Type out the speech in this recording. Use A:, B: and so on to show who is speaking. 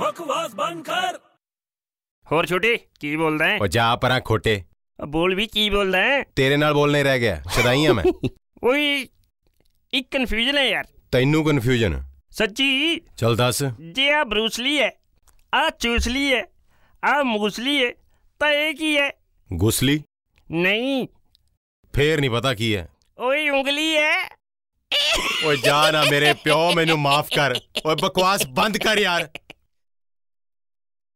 A: ਬਕਵਾਸ ਬੰਦ ਕਰ
B: ਹੋਰ ਛੋਟੇ ਕੀ ਬੋਲਦਾ ਹੈ
C: ਉਹ ਜਾ ਪਰਾਂ ਖੋਟੇ
B: ਬੋਲ ਵੀ ਕੀ ਬੋਲਦਾ ਹੈ
C: ਤੇਰੇ ਨਾਲ ਬੋਲਨੇ ਰਹਿ ਗਿਆ ਸ਼ਦਾਈਆਂ ਮੈਂ
B: ਓਏ ਇੱਕ ਕਨਫਿਊਜ਼ਨ ਹੈ ਯਾਰ
C: ਤੈਨੂੰ ਕਨਫਿਊਜ਼ਨ
B: ਸੱਚੀ
C: ਚਲ ਦੱਸ
B: ਜੇ ਆ ਬਰੂਸਲੀ ਹੈ ਆ ਚੂਸਲੀ ਹੈ ਆ ਮੂਸਲੀ ਹੈ ਤਾਂ ਇਹ ਕੀ ਹੈ
C: ਗੁਸਲੀ
B: ਨਹੀਂ
C: ਫੇਰ ਨਹੀਂ ਪਤਾ ਕੀ ਹੈ
B: ਓਏ ਉਂਗਲੀ ਹੈ
C: ਓਏ ਜਾ ਨਾ ਮੇਰੇ ਪਿਓ ਮੈਨੂੰ ਮਾਫ ਕਰ ਓਏ ਬਕਵਾਸ ਬੰਦ ਕਰ ਯਾਰ